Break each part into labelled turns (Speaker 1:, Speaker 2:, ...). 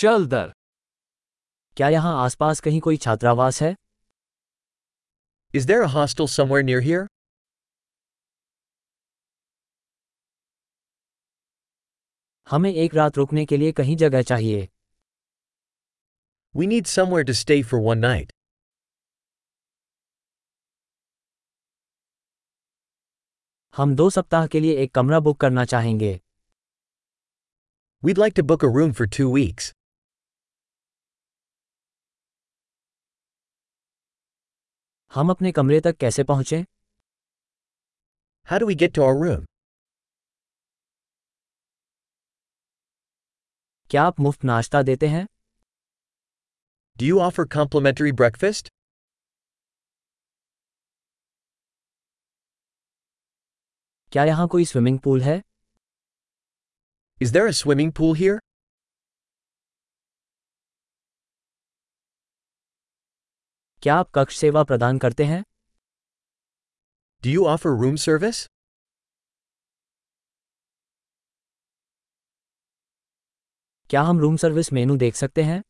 Speaker 1: चल दर
Speaker 2: क्या यहाँ आसपास कहीं कोई छात्रावास है
Speaker 3: Is there a hostel somewhere near here?
Speaker 2: हमें एक रात रुकने के लिए कहीं जगह चाहिए
Speaker 3: We need somewhere to stay for one night.
Speaker 2: हम दो सप्ताह के लिए एक कमरा बुक करना चाहेंगे
Speaker 3: We'd like to book a room for two weeks.
Speaker 2: हम अपने कमरे तक कैसे पहुँचें
Speaker 3: How do we get to our room?
Speaker 2: क्या आप मुफ्त नाश्ता देते हैं
Speaker 3: Do you offer complimentary breakfast?
Speaker 2: क्या यहाँ कोई स्विमिंग पूल है
Speaker 3: Is there a swimming pool here?
Speaker 2: क्या आप कक्ष सेवा प्रदान करते हैं
Speaker 3: Do you offer room service?
Speaker 2: क्या हम रूम सर्विस मेनू देख सकते हैं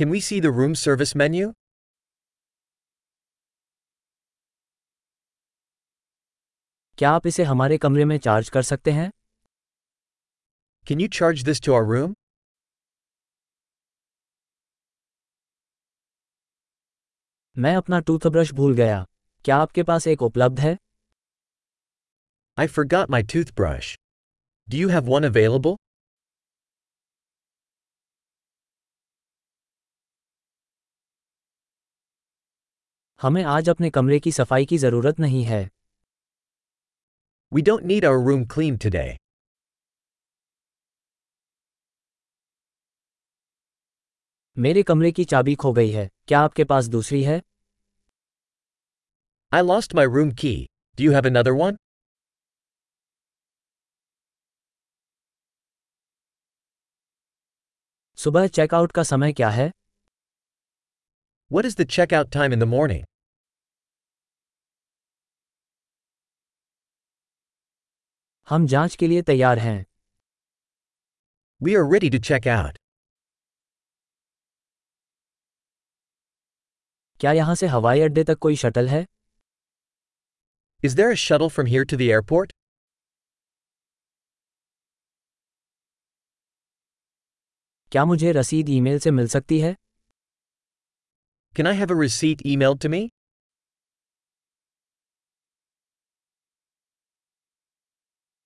Speaker 3: Can we see the room service menu?
Speaker 2: क्या आप इसे हमारे कमरे में चार्ज कर सकते हैं
Speaker 3: Can you charge this to our room?
Speaker 2: मैं अपना टूथब्रश भूल गया क्या आपके पास एक उपलब्ध है
Speaker 3: I forgot my toothbrush. Do you have one available?
Speaker 2: हमें आज अपने कमरे की सफाई की ज़रूरत नहीं है
Speaker 3: We don't need our room cleaned today.
Speaker 2: मेरे कमरे की चाबी खो गई है क्या आपके पास दूसरी है
Speaker 3: I lost my room key. Do you have another one?
Speaker 2: सुबह चेकआउट का समय क्या है
Speaker 3: What is the checkout time in the morning?
Speaker 2: हम जांच के लिए तैयार हैं
Speaker 3: We are ready to check out.
Speaker 2: क्या यहाँ से हवाई अड्डे तक कोई शटल है
Speaker 3: Is there a shuttle from here to the airport?
Speaker 2: क्या मुझे रसीद ईमेल से मिल सकती है
Speaker 3: Can I have a receipt emailed to me?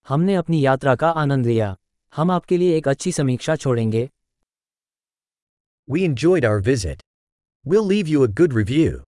Speaker 2: हमने अपनी यात्रा का आनंद लिया हम आपके लिए एक अच्छी समीक्षा छोड़ेंगे
Speaker 3: We enjoyed our visit. We'll leave you a good review.